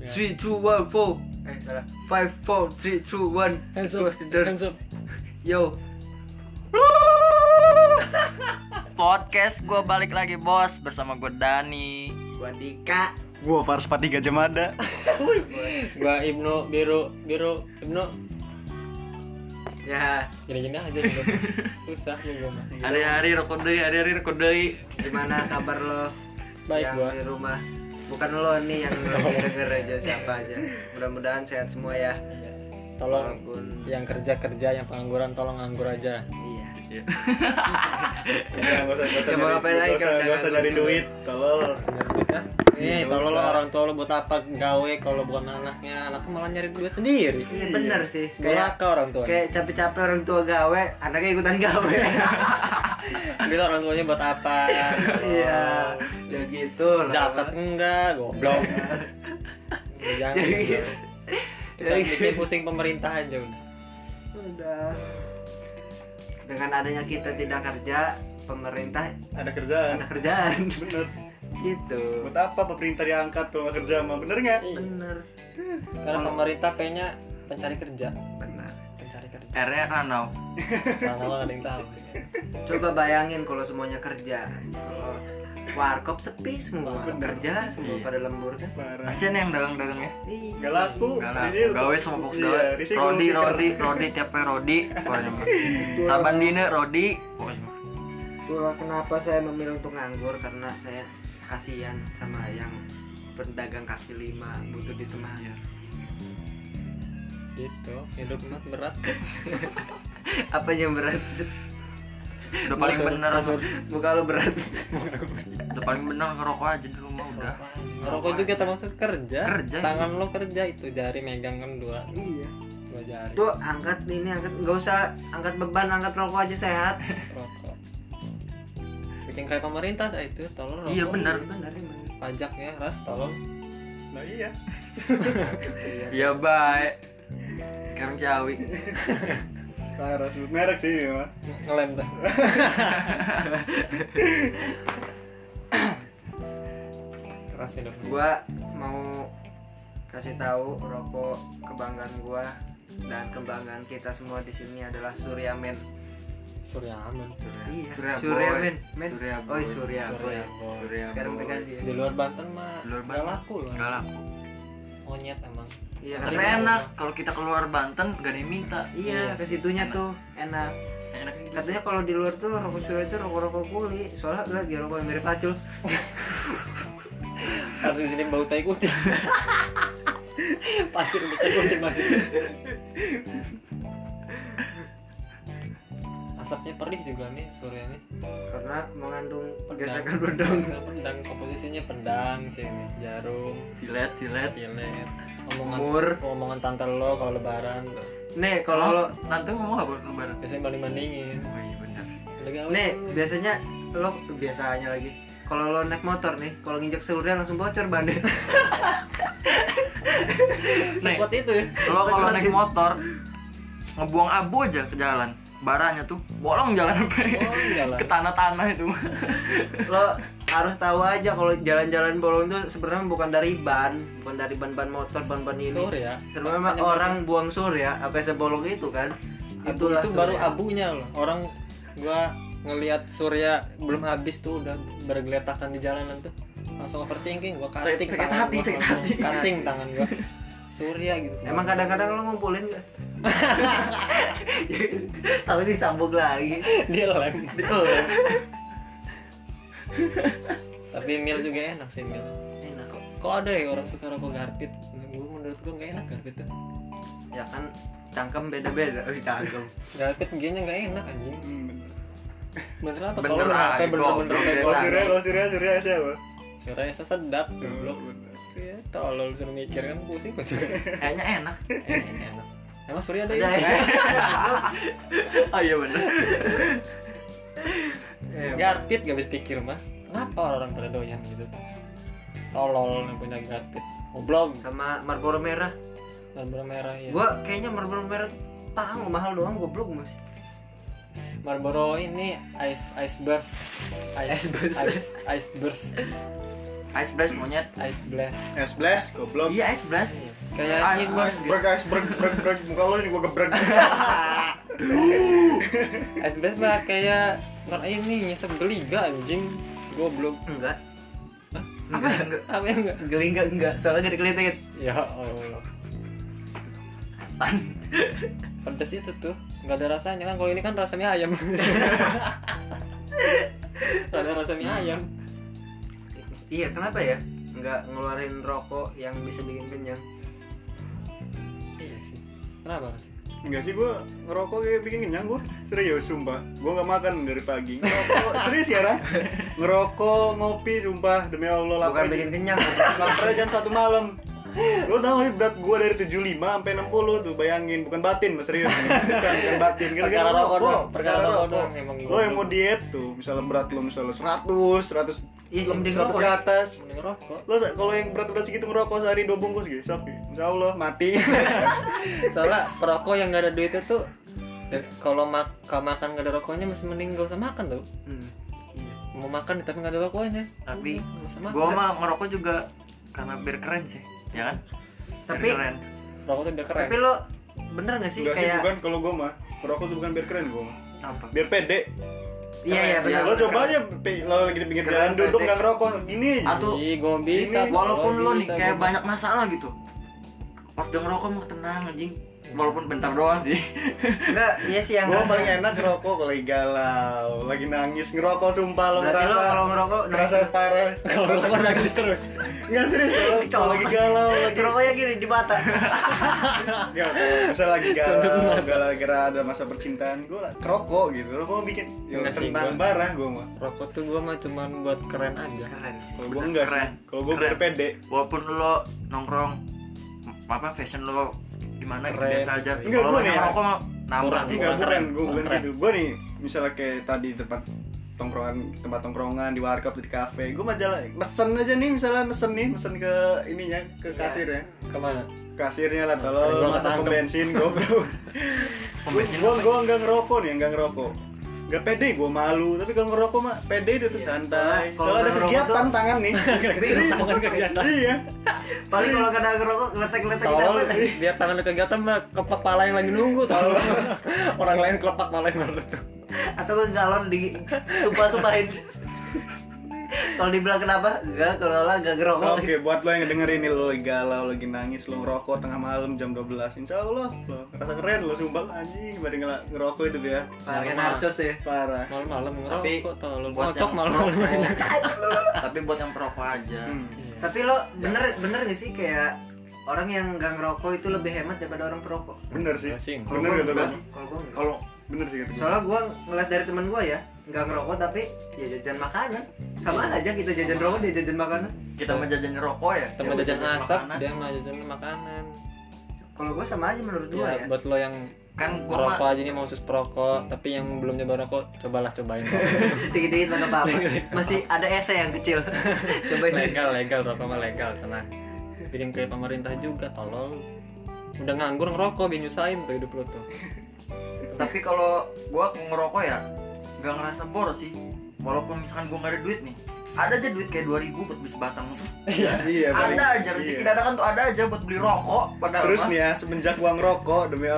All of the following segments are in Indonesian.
Ya. three two one four eh salah five four three two one hands up close the door hands up yo Podcast gue balik lagi bos bersama gue Dani. gua Dika Gua Fars Fatiga Jamada. gua Ibnu Biro Biro Ibnu ya gini-gini aja gitu susah nih gua mah Hari-hari rekod deui, hari-hari rekod deui. gimana kabar lo Baik, yang gua. di rumah bukan lo nih yang lagi denger aja siapa aja mudah-mudahan sehat semua ya tolong walaupun yang kerja kerja yang pengangguran tolong nganggur aja iya Enggak usah nggak usah Ya, mau nyari- ngapain nggak lagi usah- kalau nggak usah udah nyari nganggur. duit, tolol. Iya, Nih, kalau lo Eh, orang tua lo buat apa gawe kalau bukan anaknya? Anak malah nyari duit sendiri. Iya, bener sih Kayak ke orang tua. kayak capek-capek orang tua gawe anaknya ikutan gawe Oh. Bila orang tuanya buat apa? Oh, iya ya gitu lah. Zakat enggak, goblok. Jangan. Jadi- goblok. Kita jadi- bikin pusing pemerintah Ya aja udah. gitu. Udah. Dengan adanya kita tidak kerja, pemerintah Ada kerjaan. ada kerjaan. Bener. gitu. Buat apa pemerintah diangkat kalau nggak kerja mah bener nggak? Iya. Bener. Karena Iya. pemerintah pengennya pencari kerja, Bener. pencari kerja. R-nya Ranau. Karena nggak ada yang tahu. Coba bayangin kalau semuanya kerja. Kalau warkop sepi semua kerja, semua pada lembur kan. Iya. Parah. Iya. Kasian yang dagang-dagang ya. Gak laku. Karena Jadi lu- gawe sama box Iya, gawe. risih kalau Rodi, pikir. Rodi, Rodi tiap hari Rodi. Pokoknya mah. Saban dina Rodi. Pokoknya mah. Itulah kenapa saya memilih untuk nganggur karena saya kasihan sama yang pedagang kaki lima butuh Iya. ditemani. Gitu, hidup mah berat. Apa yang berat? Udah paling bener masuk. Muka lo berat. udah paling bener ngerokok aja di rumah udah. Ngerokok juga termasuk kerja. Kerja, iya. Tangan lo kerja itu jari megang kan dua, iya. dua jari. Tuh angkat ini angkat nggak usah angkat beban angkat rokok aja sehat. rokok bikin kayak pemerintah kayak itu tolong rokok Iya bener. Bener emang. pajak ya ras tolong Nah iya. Iya baik. Kang Ciawi. Parah sebut merek sih ini mah. Ng- ngelem dah keras hidup Gua mau kasih tahu rokok kebanggaan gua dan kebanggaan kita semua di sini adalah Surya Men. surya aman Iya. Surya Surya Boy. Men. Men. Surya Oh Boy. Surya Boy. Surya Boy. Surya Sekarang Boy. mereka dia. di luar Banten mah Di luar nggak Banten. laku loh Enggak lah. monyet emang Iya. Tapi katanya- enak kalau kita keluar Banten gak ada yang minta. Iya. Iya, Kesitunya tuh enak. Enak gitu. Katanya kalau di luar tuh rokok Surya itu rokok-rokok kuli. Soalnya lagi rokok yang mirip acul. harus di sini bau tai kucing pasir bukan kucing masih asapnya perih juga nih surya nih Karena mengandung pedang gesekan pedang. Gesekan pedang komposisinya pedang sini jarum Silet, silet. pilet omongan Mur. omongan tante lo kalau lebaran tuh Nih kalau lo Tante ngomong apa lebaran? biasanya banding bandingin Oh iya bener. Nih, Iya. biasanya lo biasanya lagi. Kalau lo naik motor nih, kalau nginjek surya langsung bocor bannya. Nih, sekuat itu ya lo kalau naik motor ngebuang abu aja ke jalan barahnya tuh bolong jalan sampai Bolong jalan. ke tanah-tanah itu lo harus tahu aja kalau jalan-jalan bolong tuh sebenarnya bukan dari ban, bukan dari ban-ban motor, ban-ban ini. Surya. Sebenarnya mah orang buang surya apa yang sebolong itu kan. abu itu baru abunya loh orang gua ngelihat surya belum habis tuh udah bergeletakan di jalanan tuh langsung overthinking gua Sakit- kating sakit tangan hati, gua, sakit langsung hati. kating tangan gua surya gitu Emang kadang-kadang lo ngumpulin gak? Tapi disambung lagi. dia lem tapi mil juga enak sih mil Enak. kok, kok ada ya orang suka rokok garpit Gua- menurut gua nggak enak garpit tuh Ya kan cangkem beda-beda. Oh, cangkem. garpit gini nggak enak anjing Hmm, bener. bener apa Bener kalau bener aja, apa bener goblok. bener Kalau Surya, Eh, kalau Surya, Surya siapa? surya sesedap Goblok. goblok ya tolol suruh mikir kan pusing gua juga kayaknya enak Eh, enak. Emang Surya ada Ada ya? ya? oh iya bener Iya, Garpit gak habis pikir mah. Kenapa orang-orang pada doyan gitu? Tolol yang punya garpit. Goblok. Sama Marlboro merah. Marlboro merah ya. Gua kayaknya Marlboro merah tuh paham mahal doang goblok mas. Marlboro ini ice ice burst. Ice, Ice burst. Ice, ice burst. Ice blast monyet. Ice blast. Es blast, goblok. Iya ice blast. Kayak Ah, ini ah, gua Brek, es brek, brek, brek, muka lo ini gua gebrek. ice blast mah kayak nor ini nyesep geliga anjing. Goblok. Enggak. Hah? Enggak, enggak. Apa yang enggak? Geli enggak enggak, soalnya jadi kelilit. Ya Allah. Pedes itu tuh, nggak ada rasanya kan kalau ini kan rasanya ayam. Nggak ada rasanya ayam. Iya, kenapa ya? Enggak ngeluarin rokok yang bisa bikin kenyang. Iya sih. Kenapa? Mas? Enggak sih gua ngerokok kayak bikin kenyang gua. Serius sumpah. Gua nggak makan dari pagi. Ngerokok serius ya, Ra? Ngerokok, ngopi sumpah demi Allah Bukan lapar. bikin kenyang. Laparnya jam 1 malam. Lo tau gak sih berat gue dari 75 sampai 60 tuh bayangin bukan batin mas serius bukan, bukan batin Perkara rokok doang, perkara rokok doang emang lo yang mau diet tuh misalnya berat lo misalnya 100 100 Iya, sih, mending 100 rokok ke ya. atas Mending rokok. lo sa- kalau yang berat-berat segitu ngerokok sehari dua bungkus gitu sapi insya Allah mati Soalnya perokok yang nggak ada duitnya tuh dan kalau mak kalau makan nggak ada rokoknya masih mending gak usah makan tuh. Hmm. Iya. Mau makan tapi nggak ada rokoknya. Tapi Udah, nggak usah makan. gua mah ngerokok juga karena biar keren sih, ya kan? Biar Tapi- keren. rokok tuh udah keren. Tapi lo bener gak sih enggak sih kayak bukan kalau gue mah ngerokok tuh bukan biar keren gue mah Apa? biar pede Iya iya bener. Iya, lo coba aja pe- lo lagi di pinggir Keren, jalan duduk pede. nggak ngerokok gini aja Atau Ih, gua bisa. Ini walaupun gua lo nih bisa, kayak gua- banyak masalah gitu. Pas udah ngerokok mah tenang anjing. Walaupun bentar doang sih. Enggak, iya sih yang Gue ngerasa. paling enak ngerokok kalau lagi galau, lagi nangis ngerokok sumpah lo Berarti lo kalau ngerokok nangis ngerasa terus? parah. kalau rokok nangis terus. Enggak serius kalau- kalau lagi galau lagi Rokoknya gini di mata. Enggak, kalau misalnya lagi galau, galau gara ada masa percintaan gue lah kerokok gitu. Lo mau bikin ya Enggak sih, tentang gua- barah gue mah. Rokok tuh gua mah cuman buat keren aja. Keren. Kalau gue enggak sih. keren, Kalau gue keren. biar pede. Walaupun lo nongkrong m- apa fashion lo gimana Keren. biasa aja. Enggak, Kalau gua lo nih ya. ngerokok mah nambah Kurang, sih Enggak bukan, keren. gue bukan Keren. gitu. Gue nih misalnya kayak tadi di tempat tongkrongan tempat tongkrongan di warkop di kafe gue majalah mesen aja nih misalnya mesen nih mesen ke ininya ke Iya. kasir ya Kemana? kasirnya lah Tadi kalau gua masuk pom ketangkep. bensin goblok Pom gue bensin gue gue nggak ngerokok nih nggak ngerokok nggak pede gue malu tapi kalau ngerokok mah pede dia tuh santai soalnya Iya, kalau kalau ada ngerokok kegiatan tuh- tangan nih Serius. bukan kegiatan. iya Paling kalau kena ngerokok ngeletek-ngeletek gitu Tolol, biar tangan lu kegiatan mah kepak pala yang lagi nunggu tolol. Orang lain kelepak pala yang lu tuh. atau ke galon di tumpah-tumpahin. kalau dibilang kenapa? Enggak, kalau lah enggak So, ngerokok. oke buat lo yang dengerin nih lo lagi galau lagi nangis lo ngerokok tengah malam jam 12 insya Allah lo rasa keren lo sumbang anjing dibanding ngel- ngerokok itu tuh ya Pakai narcos deh. parah Nah. Malam-malam Tapi ngerokok tolol. buat Ngocok yang malam-malam. Iya. perokok- Tapi buat yang perokok aja. Hmm. Tapi lo bener bener gak sih kayak orang yang gak ngerokok itu lebih hemat daripada orang perokok? bener sih Enggak sih, Kalau gua bener kata enggak gue sih, Kalau gue enggak. Kalau bener sih kata gue Soalnya gue ngeliat dari teman gue ya, nggak ngerokok tapi ya jajan makanan. Iya. Sama aja kita jajan rokok dia jajan makanan. kita menjajan rokok ya. Temen ya jajan asap, makanan. dia mah jajan makanan. Kalau gue sama aja menurut gue ya. Ya, buat lo yang Kan gua mah merokok aja nih mau sus perokok, tapi yang belum nyoba rokok cobalah cobain. Dikit-dikit nggak apa-apa. Masih ada ese yang kecil. Cobain lagi. legal legal rokok mah legal tenang bikin kayak pemerintah juga tolol udah nganggur ngerokok biar nyusahin tuh hidup lu tuh tapi kalau gua ngerokok ya nggak ngerasa boros sih walaupun misalkan gua nggak ada duit nih ada aja duit kayak 2000 buat beli sebatang tuh iya ada paling- aja rezeki iya. dadakan tuh ada aja buat beli rokok padahal Terus mah. nih ya, semenjak gua ngerokok demi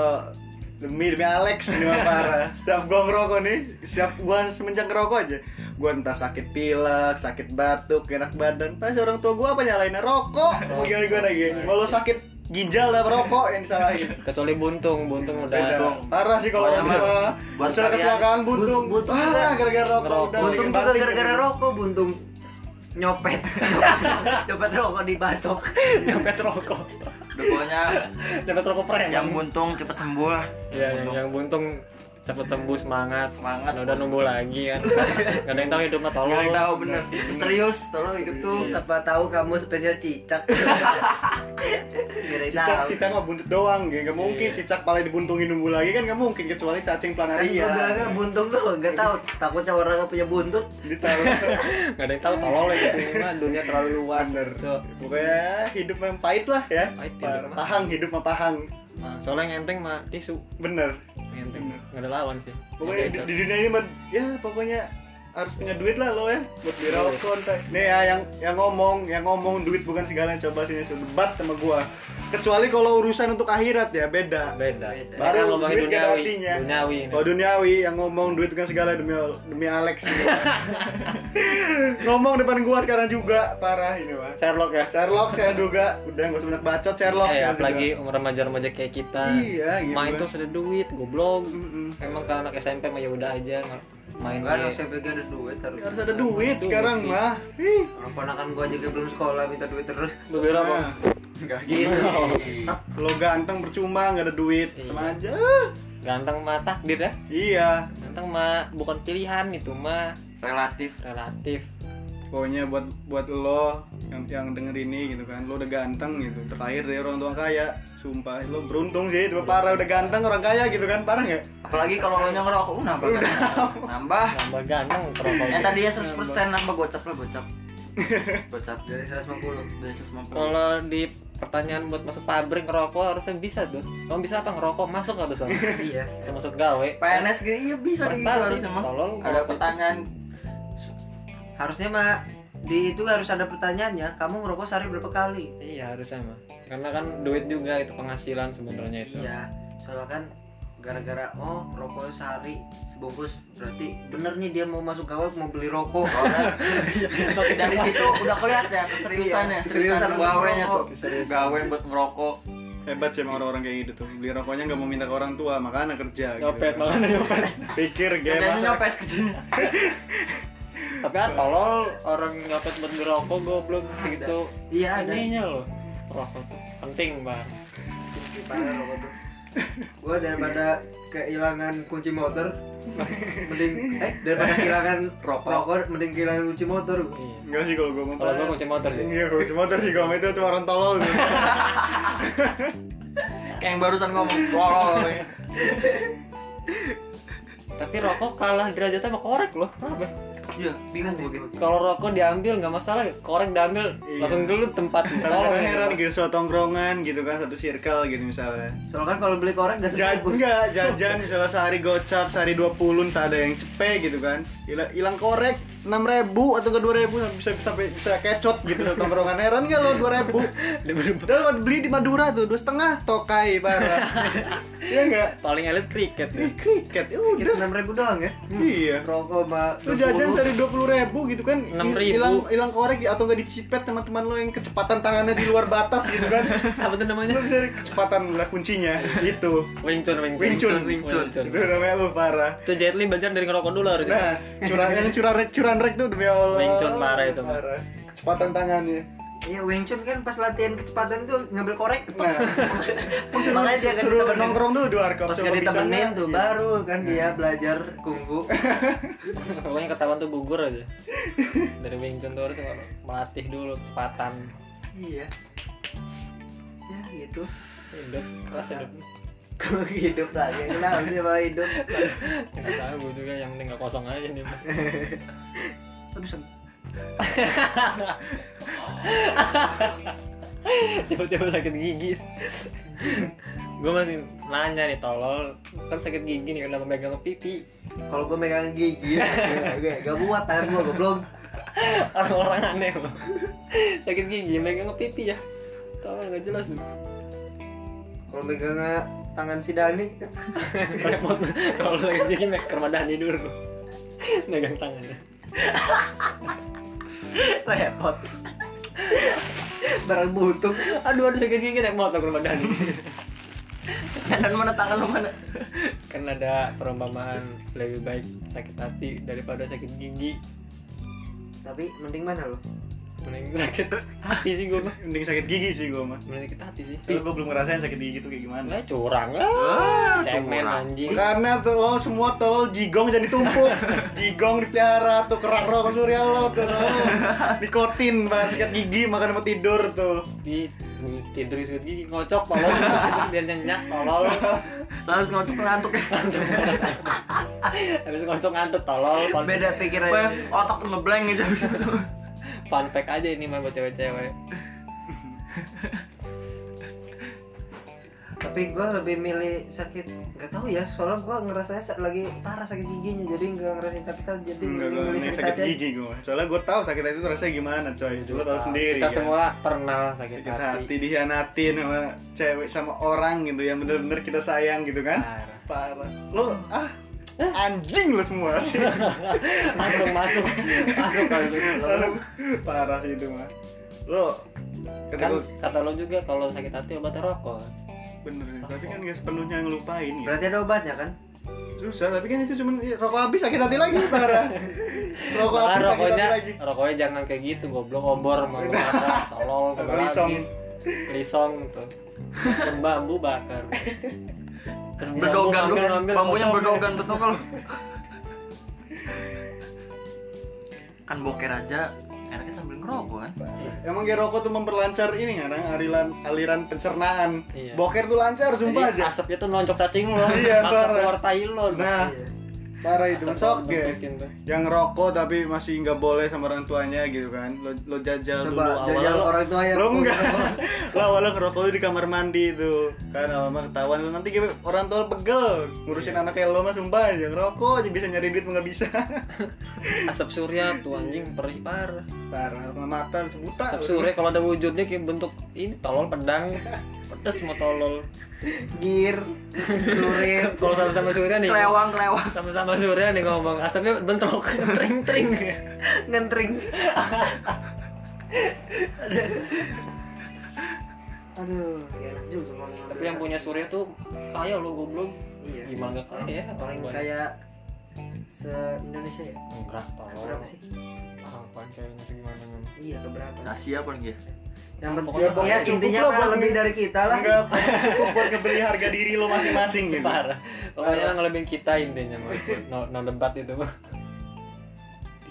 demi demi Alex ini mah parah. Setiap gua ngerokok nih, setiap gua semenjak ngerokok aja, gua entah sakit pilek, sakit batuk, enak badan. Pas orang tua gua apa nyalainnya rokok. Mau gimana gimana lagi? Mau lo sakit ginjal dan rokok yang disalahin. kecuali buntung Iya, buntung Beda. udah Parah sih kalau Buat orang emang- tua. buat Misalnya kalian- kecelakaan buntung, Bunt- buntung Ah, juga. gara-gara rokok. Ngerokok. udah Buntung bikin juga banting. gara-gara rokok, buntung nyopet. Nyopet rokok dibacok. nyampe rokok udah pokoknya dapat rokok preman yang buntung cepet sembuh lah Iya, ya yang, yang buntung cepet sembuh semangat Semangat. Nah, udah nunggu lagi kan gak ada yang tahu hidupnya Nggak tolol Iya, ada yang tahu bener serius tolong hidup tuh Siapa tahu kamu spesial cicak. Gak ada yang Cicak, tahu. cicak mah buntut doang, gak mungkin Nah, Iya. cicak paling dibuntungin nunggu lagi kan gak mungkin kecuali cacing Kan planaria. gue bilangnya buntung tuh, nggak tahu. Takutnya orang nggak punya buntut. Gitu. Ditaruh. gak ada yang tahu tolol Nah. ya Ini mah dunia terlalu luas Bener. Cok. Pokoknya hidup yang pahit lah ya. Pahit, Pa- hidup mah. pahang hidup mah pahang. Nah, soalnya yang enteng mah tisu Bener. Yang enteng gak ada lawan sih Yang Pokoknya kayak di, gitu. di dunia ini mah ya pokoknya harus punya Iya. duit lah lo ya buat beli rokok entah. Nih ya yang yang ngomong, yang ngomong duit bukan segalanya coba sini suruh debat sama gua. Kecuali kalau urusan untuk akhirat ya beda. beda. Beda. Baru Baru ngomongin duit gak ada duniawi. artinya. Duniawi. ini. Kalau duniawi yang ngomong duit bukan segala demi demi Alex. ngomong depan gua sekarang juga parah ini wah. Sherlock ya. Sherlock saya duga udah nggak usah banyak bacot Sherlock. Eh, saya apalagi duga. umur remaja-remaja kayak kita. Iya, gitu. Main tuh ada duit, goblok. Mm-mm. Emang kalau anak SMP mah ya udah aja nge- main. Enggak di- harus CPG ada duit harus. harus ada duit Duit sekarang sih. mah. Ih. Orang ponakan gua aja kayak belum sekolah minta duit terus. Lu beli rokok. Nah, Enggak gitu. ah, Lo ganteng percuma nggak ada duit Iya. sama aja. Ganteng mah takdir ya. Iya. Ganteng mah bukan pilihan itu mah relatif relatif. Pokoknya buat buat lo yang yang denger ini gitu kan, lo udah ganteng gitu. Terakhir dari orang tua kaya, sumpah lo beruntung sih, itu parah udah ganteng orang kaya gitu kan, parah nggak? apalagi kalau lo ngerokok uh, nambah kan? Iya. nambah Nambah ganteng rokok. yang tadinya 100% nambah gocap lah gocap gocap Dari 150. dari 150 Kalau di pertanyaan buat masuk pabrik ngerokok harusnya bisa tuh. Kamu bisa apa ngerokok masuk nggak bisa? Iya. Bisa masuk gawe. PNS gini iya bisa kayak gitu Prestasi. harusnya mah Tolol, ada kalau- gitu. pertanyaan Harusnya mah di itu harus ada pertanyaannya, kamu ngerokok sehari berapa kali? Iya harusnya mah. Karena kan duit juga itu penghasilan sebenarnya itu. Iya, soalnya kan gara-gara oh rokok sehari sebungkus berarti bener nih dia mau masuk gawe mau beli rokok dari situ udah kelihatan keseriusannya Iya, keseriusan ya, seriusan buat gawenya tuh ngerokok. Keseriusan. gawe buat ngerokok Hebat sih emang orang-orang kayak gitu tuh. Beli rokoknya nggak mau minta ke orang tua, makanya kerja. gitu. Nyopet makanya nyopet. Pikir game. biasanya nyopet ke sini Tapi ah tolol orang nyopet buat beli rokok goblok gitu. Iya, ada. Ininya loh. Rokok tuh penting banget. parah rokok tuh gue daripada kehilangan kunci motor mending eh daripada kehilangan Rokok. rokok, mending kehilangan kunci motor gua. Iya. Enggak sih kalau gue mau. Kalau gua kunci motor sih. Iya, kunci motor sih kalau itu tuh orang tolol. gitu. tuh. kayak yang barusan ngomong tolol Tapi rokok kalah derajatnya sama korek loh. Kenapa? iya bingung gue gitu Kalau rokok diambil nggak masalah, korek diambil Iya. langsung gelut tempat. Kalau Tolol. heran gitu, suatu tongkrongan gitu kan, satu circle gitu misalnya. soalnya kan kalau beli korek gak Jajan sebungkus enggak, jajan misalnya sehari gocap, sehari 20 entah ada yang cepe gitu kan. Hila- Hilang korek 6000 atau ke 2000 bisa bisa sampai bisa kecot gitu loh tongkrongan heran enggak lo 2000. Padahal kalau beli di Madura tuh dua setengah tokai parah. Iya enggak? Paling elit kriket ya. Ih, kriket ya udah. enam ribu doang ya Iya. rokok mbak Lu jajan sehari 20 ribu gitu kan hil- 6.000. Hilang hilang korek atau enggak dicipet teman-teman lo yang kecepatan tangannya di luar batas gitu kan. Apa tuh namanya? Lu bisa kecepatan lah kuncinya itu. Wing Chun, Wing Chun. Wing Chun, Wing Chun. Itu namanya lu parah. Itu Jet Li belajar dari ngerokok dulu harusnya. Nah, curang yang curang rek curang rek tuh demi Allah. Wing Chun parah itu, Pak. Parah. Kecepatan tangannya. iya Wing Chun kan pas latihan kecepatan tuh ngambil korek Nah, makanya dia kan suruh ditemenin. nongkrong dulu di warkop pas sama gak ditemenin pisangnya. tuh baru kan dia belajar kungfu Pokoknya ketahuan tuh gugur aja. Dari Wing Chun tuh harus melatih dulu kecepatan. iya ya gitu Hidup, keras hidup. Kok hidup lagi kenapa sih Pak, hidup Nggak tahu gue juga yang penting nggak kosong aja nih. Pak. aduh sakit. Tiba-tiba sakit gigi. gue masih nanya nih tolol kan sakit gigi nih kenapa megang ke pipi kalau gue megang gigi gue gak buat tangan gue goblok orang-orang aneh loh sakit gigi megang ke pipi ya tolol nggak jelas lu. kalau megang ah, tangan si Dani repot kalau lu sakit gigi make ke rumah Dani dulu megang tangannya repot barang butuh aduh aduh sakit gigi naik motor ke rumah Dani dan mana tangan lo mana kan ada perumpamaan lebih baik sakit hati daripada sakit gigi tapi mending mana lo mending sakit hati sih gue mah Iya. Mending sakit gigi sih gua mah. mending sakit hati sih Kalau gua belum ngerasain sakit gigi tuh kayak gimana. Nah, curang Ah, lah, cemen anjing. Karena tuh lo semua tolol jigong jadi tumpuk. jigong dipelihara tuh kerak rokok surya lo tuh. lo. Nikotin banget sikat gigi makan sama tidur tuh. Di tidur di sudut gigi ngocok tolol biar nyenyak tolol. harus ngocok ngantuk ya Habis ngocok ngantuk tolol. Fun- beda Apa ya? pikirannya otak tuh ngeblank gitu Fun fact aja ini mah buat cewek-cewek. tapi gue lebih milih sakit nggak tahu ya soalnya gue ngerasanya sa- lagi parah sakit giginya jadi nggak ngerasain sakit hati jadi Enggak, mending gue milih ini sakit sakit hati gigi gue Soalnya gue tahu sakit hati itu rasanya gimana coy Gue tahu sendiri kita kan. semua pernah sakit, sakit hati, hati dihianatin sama cewek sama orang gitu yang bener-bener kita sayang gitu kan Parah. Parah Lu, ah anjing lu semua sih masuk masuk masuk kali Kan Lu, Parah sih itu mah Lu, kata kan gua, kata lo juga kalau sakit hati obatnya rokok kan? bener Tapi Oh. kan gak sepenuhnya ngelupain gitu berarti ada obatnya kan Susah, tapi kan itu cuman ya, rokok habis sakit hati lagi parah Rokok Malah habis Oh, sakit rokoknya hati lagi rokoknya jangan kayak gitu goblok obor mah kemana, tolol kemana Lisong. habis. lisong tuh bambu bakar Terus Berdogan bambu lu, ambil- ambil, bambunya pocong. berdogan betul kalau. kan boker aja enaknya sambil ngerokok kan. Emang kayak rokok tuh memperlancar ini kan, aliran, aliran pencernaan Iya. Boker tuh lancar, sumpah Jadi aja asapnya tuh noncok cacing lo, Iya, maksa parah. keluar tai lo. Nah, parah itu sok ya. Masukin tuh. Yang rokok tapi masih nggak boleh sama orang tuanya gitu kan. Lo, lo jajal Coba, dulu jajal awal. orang tuanya. Lo enggak. lo awal lo ngerokok dulu di kamar mandi itu. Kan lama-lama ketahuan lo nanti kayak orang tua lo pegel ngurusin anaknya lo mah sumpah aja ngerokok aja bisa nyari duit nggak bisa. Asap surya tuh anjing perih parah. parah, lo mata lo buta. Asap surya kalau ada wujudnya kayak bentuk ini tolol pedang. Pedes mau tolol. gir surit Kalau sama-sama surya nih. Kelewang kelewang. Sama-sama surya nih ngomong asapnya bentrok tring-tring. ngentring aduh ya enak juga ngomong Tapi yang punya surya tuh kaya lo goblok. Iya. Gimana gak kaya ya orang paling banyak. kayak se Indonesia ya Enggak tolol. berapa sih Orang paling kaya ini gimana men. iya keberapa Asia paling dia. yang penting Nah, pokoknya ya, pokoknya cukup intinya lah mah buat lebih nge- dari kita lah Enggak, cukup buat ngebeli harga diri lo masing-masing gitu. Parah. Pokoknya ngelebihin kita intinya mah. No, no debat itu mah.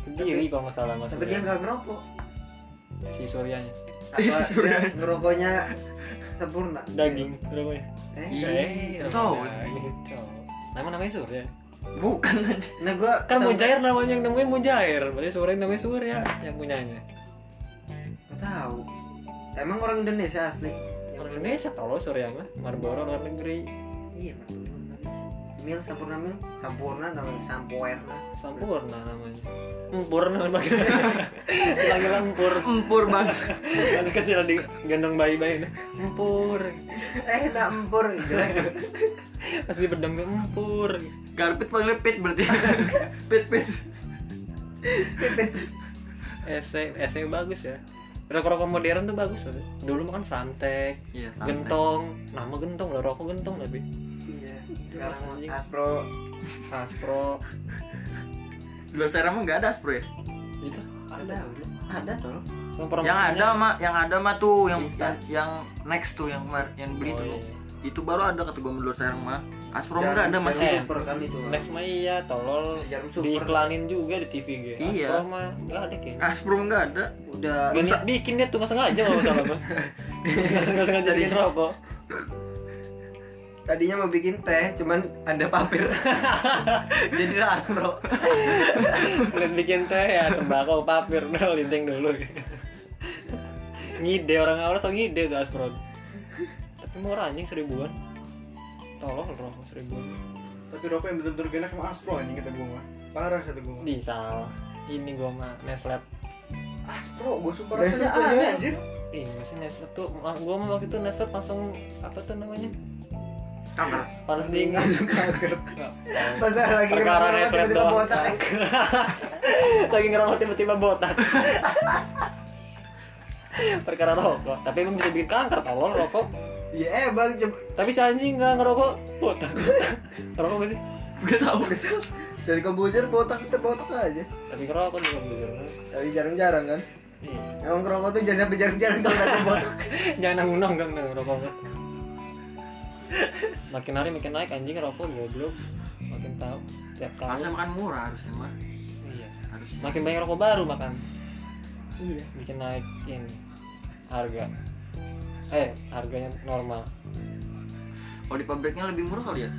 Kediri kalau nggak salah mas. tapi dia Surya. nggak ngerokok Si Suryanya. Iya, apa dia ngerokoknya sempurna Daging. ya? Namanya. eh? Iya. Cowok. Nama namanya Surya. Bukan aja. nah gua Kan sama- Mujair namanya yang namanya Mujair. Berarti Surya yang namanya Surya yang punyanya. nggak tahu emang orang Indonesia asli Orang Indonesia tolol Surya mah. Marlboro luar negeri. iya emang orang Indonesia. mil sampurna mil sampurna namanya sampoerna Sampurna namanya. Empurna panggil. Panggil empur. Empur banget. Masih kecil di gendong bayi-bayi. Empur. eh nak empur jelek Pas di bedong tuh empur. Garpit panggilnya pit berarti. pit pit. Ese, ese bagus ya. Rokok-rokok modern tuh bagus loh. Dulu makan santek, Iya, santek. gentong, nama gentong loh, rokok gentong tapi iya Mas sekarang anjing. aspro Saspro Di luar sana mah nggak ada aspro ya. itu ada ada ada tuh yang promosinya. Yang ada mah yang ada mah tuh yang Instan. yang, yang next tuh yang kemarin yang beli Oh, iya. tuh. Itu baru ada kata gue di luar sana mah. Aspro mah nggak ada Jarum- masih. jarum super kan itu Next mah iya, tolol Jarum super. diiklanin juga di TV gitu. Iya. Aspro mah nggak ada kayaknya. Aspro mah nggak ada. udah Gak niat bikin dia tuh nggak sengaja kalau nggak salah gua. Nggak sengaja bikin rokok. tadinya mau bikin teh cuman ada papir jadi lah aspro Lihat bikin teh ya tembakau papir udah linting dulu. ngide orang awal so ngide tuh Aspro. Tapi murah anjing seribuan. Tolong rokok seribuan. Tapi rokok yang bener-bener enak sama aspro anjing kata gue mah. Parah kata gue. Di salah. Ini gua mah Neslet. Aspro, gue sumpah Biasanya rasanya ada. aneh anjir. Ih, nggak sih Neslet tuh ma- gua mah waktu itu Neslet langsung apa tuh namanya? Kamar. Panas dingin. pas lagi Perkara ngerokok, Neslet tiba-tiba doang. botak Lagi ngerokok tiba-tiba botak. Perkara rokok, tapi emang bisa bikin kanker tolol rokok. iya eh bang coba Tapi si anjing nggak ngerokok botak. ngerokok nggak sih? Gak tau. dari kombujer botak kita botak aja Tapi ngerokok juga bujur. tapi jarang-jarang kan Iya. emang ngerokok tuh jangan sampai jarang-jarang kalau nggak botak Jangan nanggung nanggung nang ngerokok. mah. Makin hari makin naik anjing ngerokok goblok. Makin tahu tiap Harusnya tahun. makan murah harusnya mah. Iya. Harusnya. Makin banyak rokok baru makan iya bikin naikin harga. Eh, harganya normal. Kalau di pabriknya lebih murah kali ya.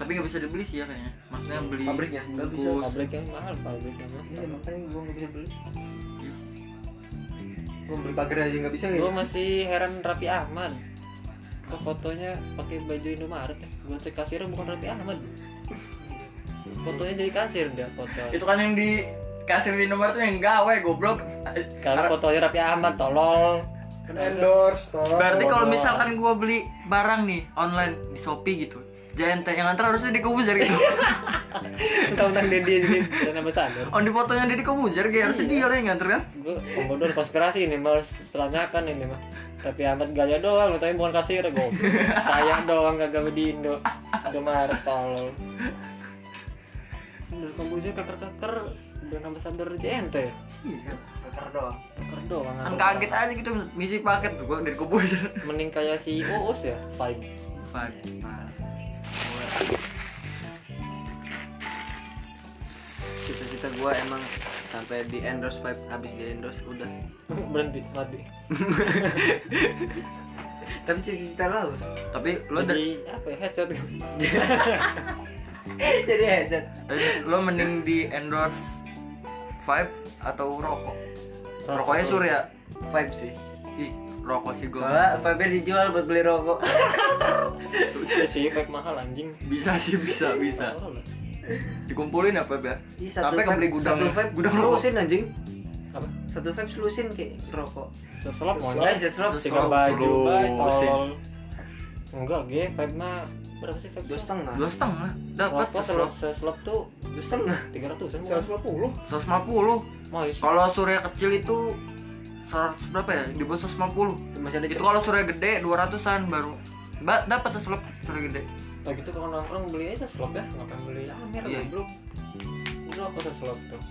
Tapi nggak bisa dibeli sih ya kayaknya. Maksudnya beli Pabriknya, nggak bisa. bungkus. Pabriknya mahal, pabriknya mahal. iya makanya gua nggak bisa beli Iya sih. gua beli pagar aja nggak bisa ya Gue masih heran Raffi Ahmad. kok fotonya pakai baju Indomaret ya gue cek kasirnya bukan Raffi Ahmad fotonya jadi kasir dia foto itu kan yang di kasir di nomor tuh yang gawe goblok karena fotonya Raffi Ahmad tolol Kan endorse tolong. berarti kalau Bodoh. misalkan gua beli barang nih online di Shopee gitu jangan yang antar harusnya di Kobuzer gitu tentang Deddy jadi dan nama sadar on Oh, di fotonya Deddy Kobuzer kayak harusnya dia lah yang nganter kan gue pembodoh konspirasi ini mah harus tanyakan ini mah tapi Ahmad gaya doang tapi bukan kasir gue kaya doang kagak di Indo Indomaret tolol Menurut kamu aja keker-keker udah nambah sadar JNT iya keker doang keker doang kan apa. kaget aja gitu misi paket tuh gua dari Kobuzer mending kayak si Uus ya vibe cita-cita gua emang sampai di endorse pipe habis di endorse udah berhenti mati tapi cita-cita lo tapi lo lo dari dari apa ya headset jadi headset Jadi, eh, lo mending di endorse vibe atau rokok? Rokoknya Surya. vibe sih Ih, rokok sih gua. soalnya vibe dijual buat beli rokok Iya sih vibe mahal anjing Bisa sih, bisa, bisa. Tolol lah. Dikumpulin ya vibe ya. Ih, Sampai vape- kebeli gudang. Iya, ya? satu vape gudang rokok. selusin anjing apa satu vape selusin kayak rokok seselop mau Soalnya jeslop Sikat Seselop, baju, bro. bay, Pusing. tol. Enggak, gue vape mah berapa sih vape? dua setengah Dua setengah. Dapat Dapat seslop seslop tuh dua setengah 300 an bukan? 150. 150. Mau isi. Kalau Surya kecil itu 100 berapa ya? Di bawah 150. masih ada Itu cok- kalau Surya gede 200-an baru. Ba dapat seslop Surya gede. Kalau gitu kalau nongkrong beli aja seslop ya, ngapain beli Amer Iya. goblok. Udah aku seslop tuh.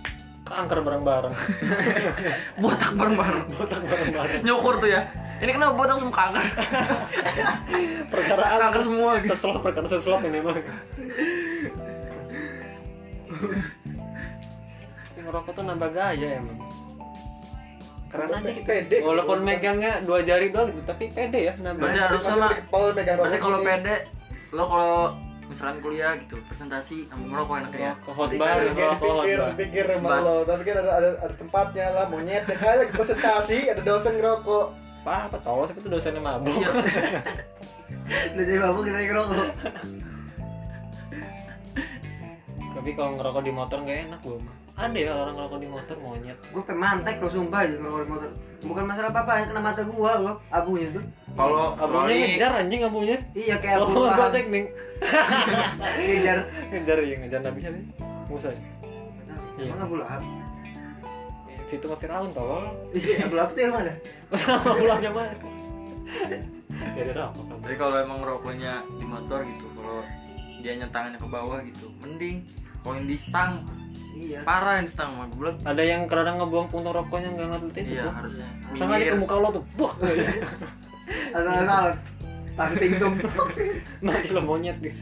Keangker bareng-bareng. Botak bareng-bareng. Botak bareng-bareng. Nyukur tuh ya. Ini kenapa botak semua kanker? Perkara angker semua gitu. Seslop perkara seslop ini mah. Tapi Ngerokok tuh nambah gaya emang. Keren aja gitu. Pede. Walaupun megangnya dua jari doang gitu, tapi pede ya nambah. Berarti harusnya Masuk lah. di kepala megang Berarti rokok kalau ini. pede lo kalau misalkan kuliah gitu presentasi sama ngerokok Iya. enaknya. Ngerokok Iya, khotbah, Pikir, ngerokok pikir, khotbah. pikir emang lo, tapi kan ada, ada, ada tempatnya lah, monyet, ya kali lagi presentasi, ada dosen ngerokok Apa apa tolong tapi itu dosennya mabuk. Iya. udah jadi mabuk kita lagi rokok tapi kalau ngerokok di motor nggak enak gua mah. Ada ya orang ngerokok di motor monyet. gue pemantek lo sumpah aja kalau di motor bukan masalah apa apa ya kena mata gua lo abunya tuh Kalau Abunya troli ngejar anjing abunya. iya kayak Oh, abu Kalau gua paham cek nih. ngejar Ngejar ya, ngejar nabi siapa sih? Musa. ya? Iya. emang abu lahap Itu mah Ya, Firaun tolong. iya abu lahap tuh yang mana sama pulangnya mah ya udah apa kabar Tapi kalau emang ngerokoknya di motor gitu, kalau dia tangannya ke bawah gitu, mending kalau yang di stang iya parah yang di stang mah goblok. ada yang kadang ngebuang puntung rokoknya nggak ngeliat itu Iya tuh harusnya. sama aja ke Minggir. muka lo tuh buah asal-asal tangting tum mati lo monyet gitu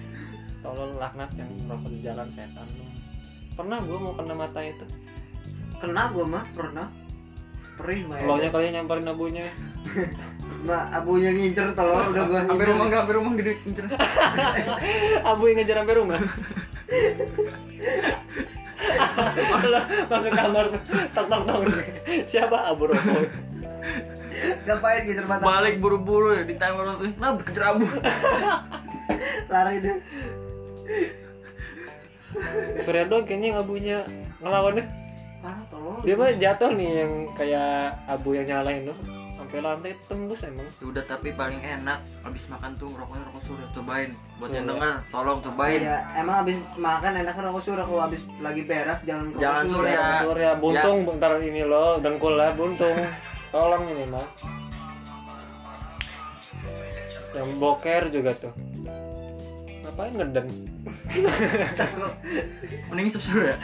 kalau laknat yang rokok di jalan setan lo pernah gue mau kena mata itu kena gua mah pernah perih mah lo nya kalian ya nyamperin abunya mbak abunya ngincer tolong udah gua Hampir rumah enggak, hampir rumah gede incer. abu yang ngejar sampai rumah Lo masuk kamar tuh tok tok tok siapa abu rokok ngapain ngincer mata Balik buru-buru ya di timer tuh. Nah, kejar abu. lari tuh Surya doang kayaknya yang abunya ngelawan deh parah tolong Iya. dia mah jatuh nih yang kayak abu yang nyalain lo sampai lantai tembus emang Ya udah tapi paling enak abis makan tuh rokoknya rokok surya cobain. Buat yang Surya. denger, tolong cobain. Iya, emang abis makan enak rokok surya kalau abis lagi berak jangan ya. rokok Jangan surya. Ya. Surya buntung bentar ini lo dengkul lah buntung tolong ini mah yang boker juga tuh ngapain ngedem Mending isep surya.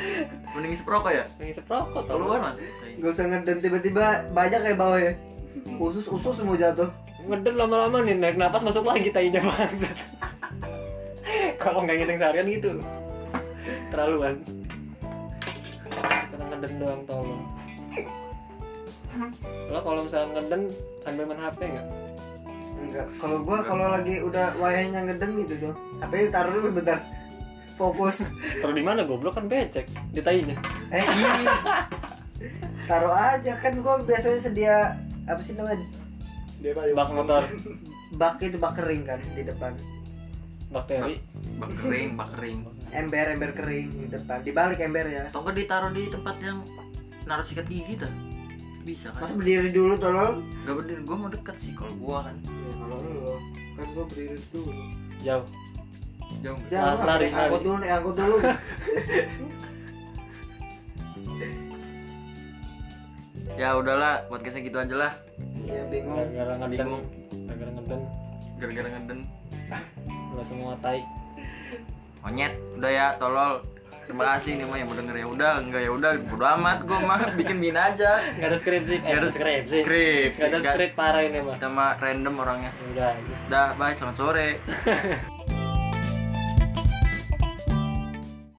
Mending isep rokok ya. yang isep rokok tau Keluar nanti. Gak usah ngeden tiba-tiba banyak kayak bawah ya. Usus-usus semua jatuh. ngedem lama-lama nih naik napas masuk lagi tainya bangsa kalau nggak ngising seharian gitu terlaluan karena ngeden doang tolong lo kalau misalnya ngeden sambil main hp nggak Enggak. Kalau gua kalau lagi udah wayahnya ngeden gitu tuh. HP taruh dulu bentar. Fokus. Taruh di mana goblok kan becek di tainya. Eh, gini. Taruh aja kan gua biasanya sedia apa sih namanya? Dia Pak, Bak motor. bak itu bak kering kan di depan bakteri bak kering bak kering ember ember kering di depan dibalik ember ya atau enggak ditaruh di tempat yang naruh sikat gigi tuh bisa masa kan berdiri dulu tolong gak berdiri gue mau deket sih kalau gua kan ya kalau lu kan gua berdiri dulu jauh jauh nggak? jangan Lari, naik angkot lari. dulu naik angkot dulu ya udahlah podcastnya gitu aja lah ya bingung gara-gara ngeden Bingung. gara-gara ngeden gara-gara ngeden udah semua tai monyet udah ya tolol terima kasih nih mah yang mau denger ya udah enggak ya udah bodo amat gue mah bikin bin aja nggak ada skrip sih eh, Nggak ada skrip sih skrip nggak ada skrip parah ini mah sama random orangnya udah gitu. udah bye selamat sore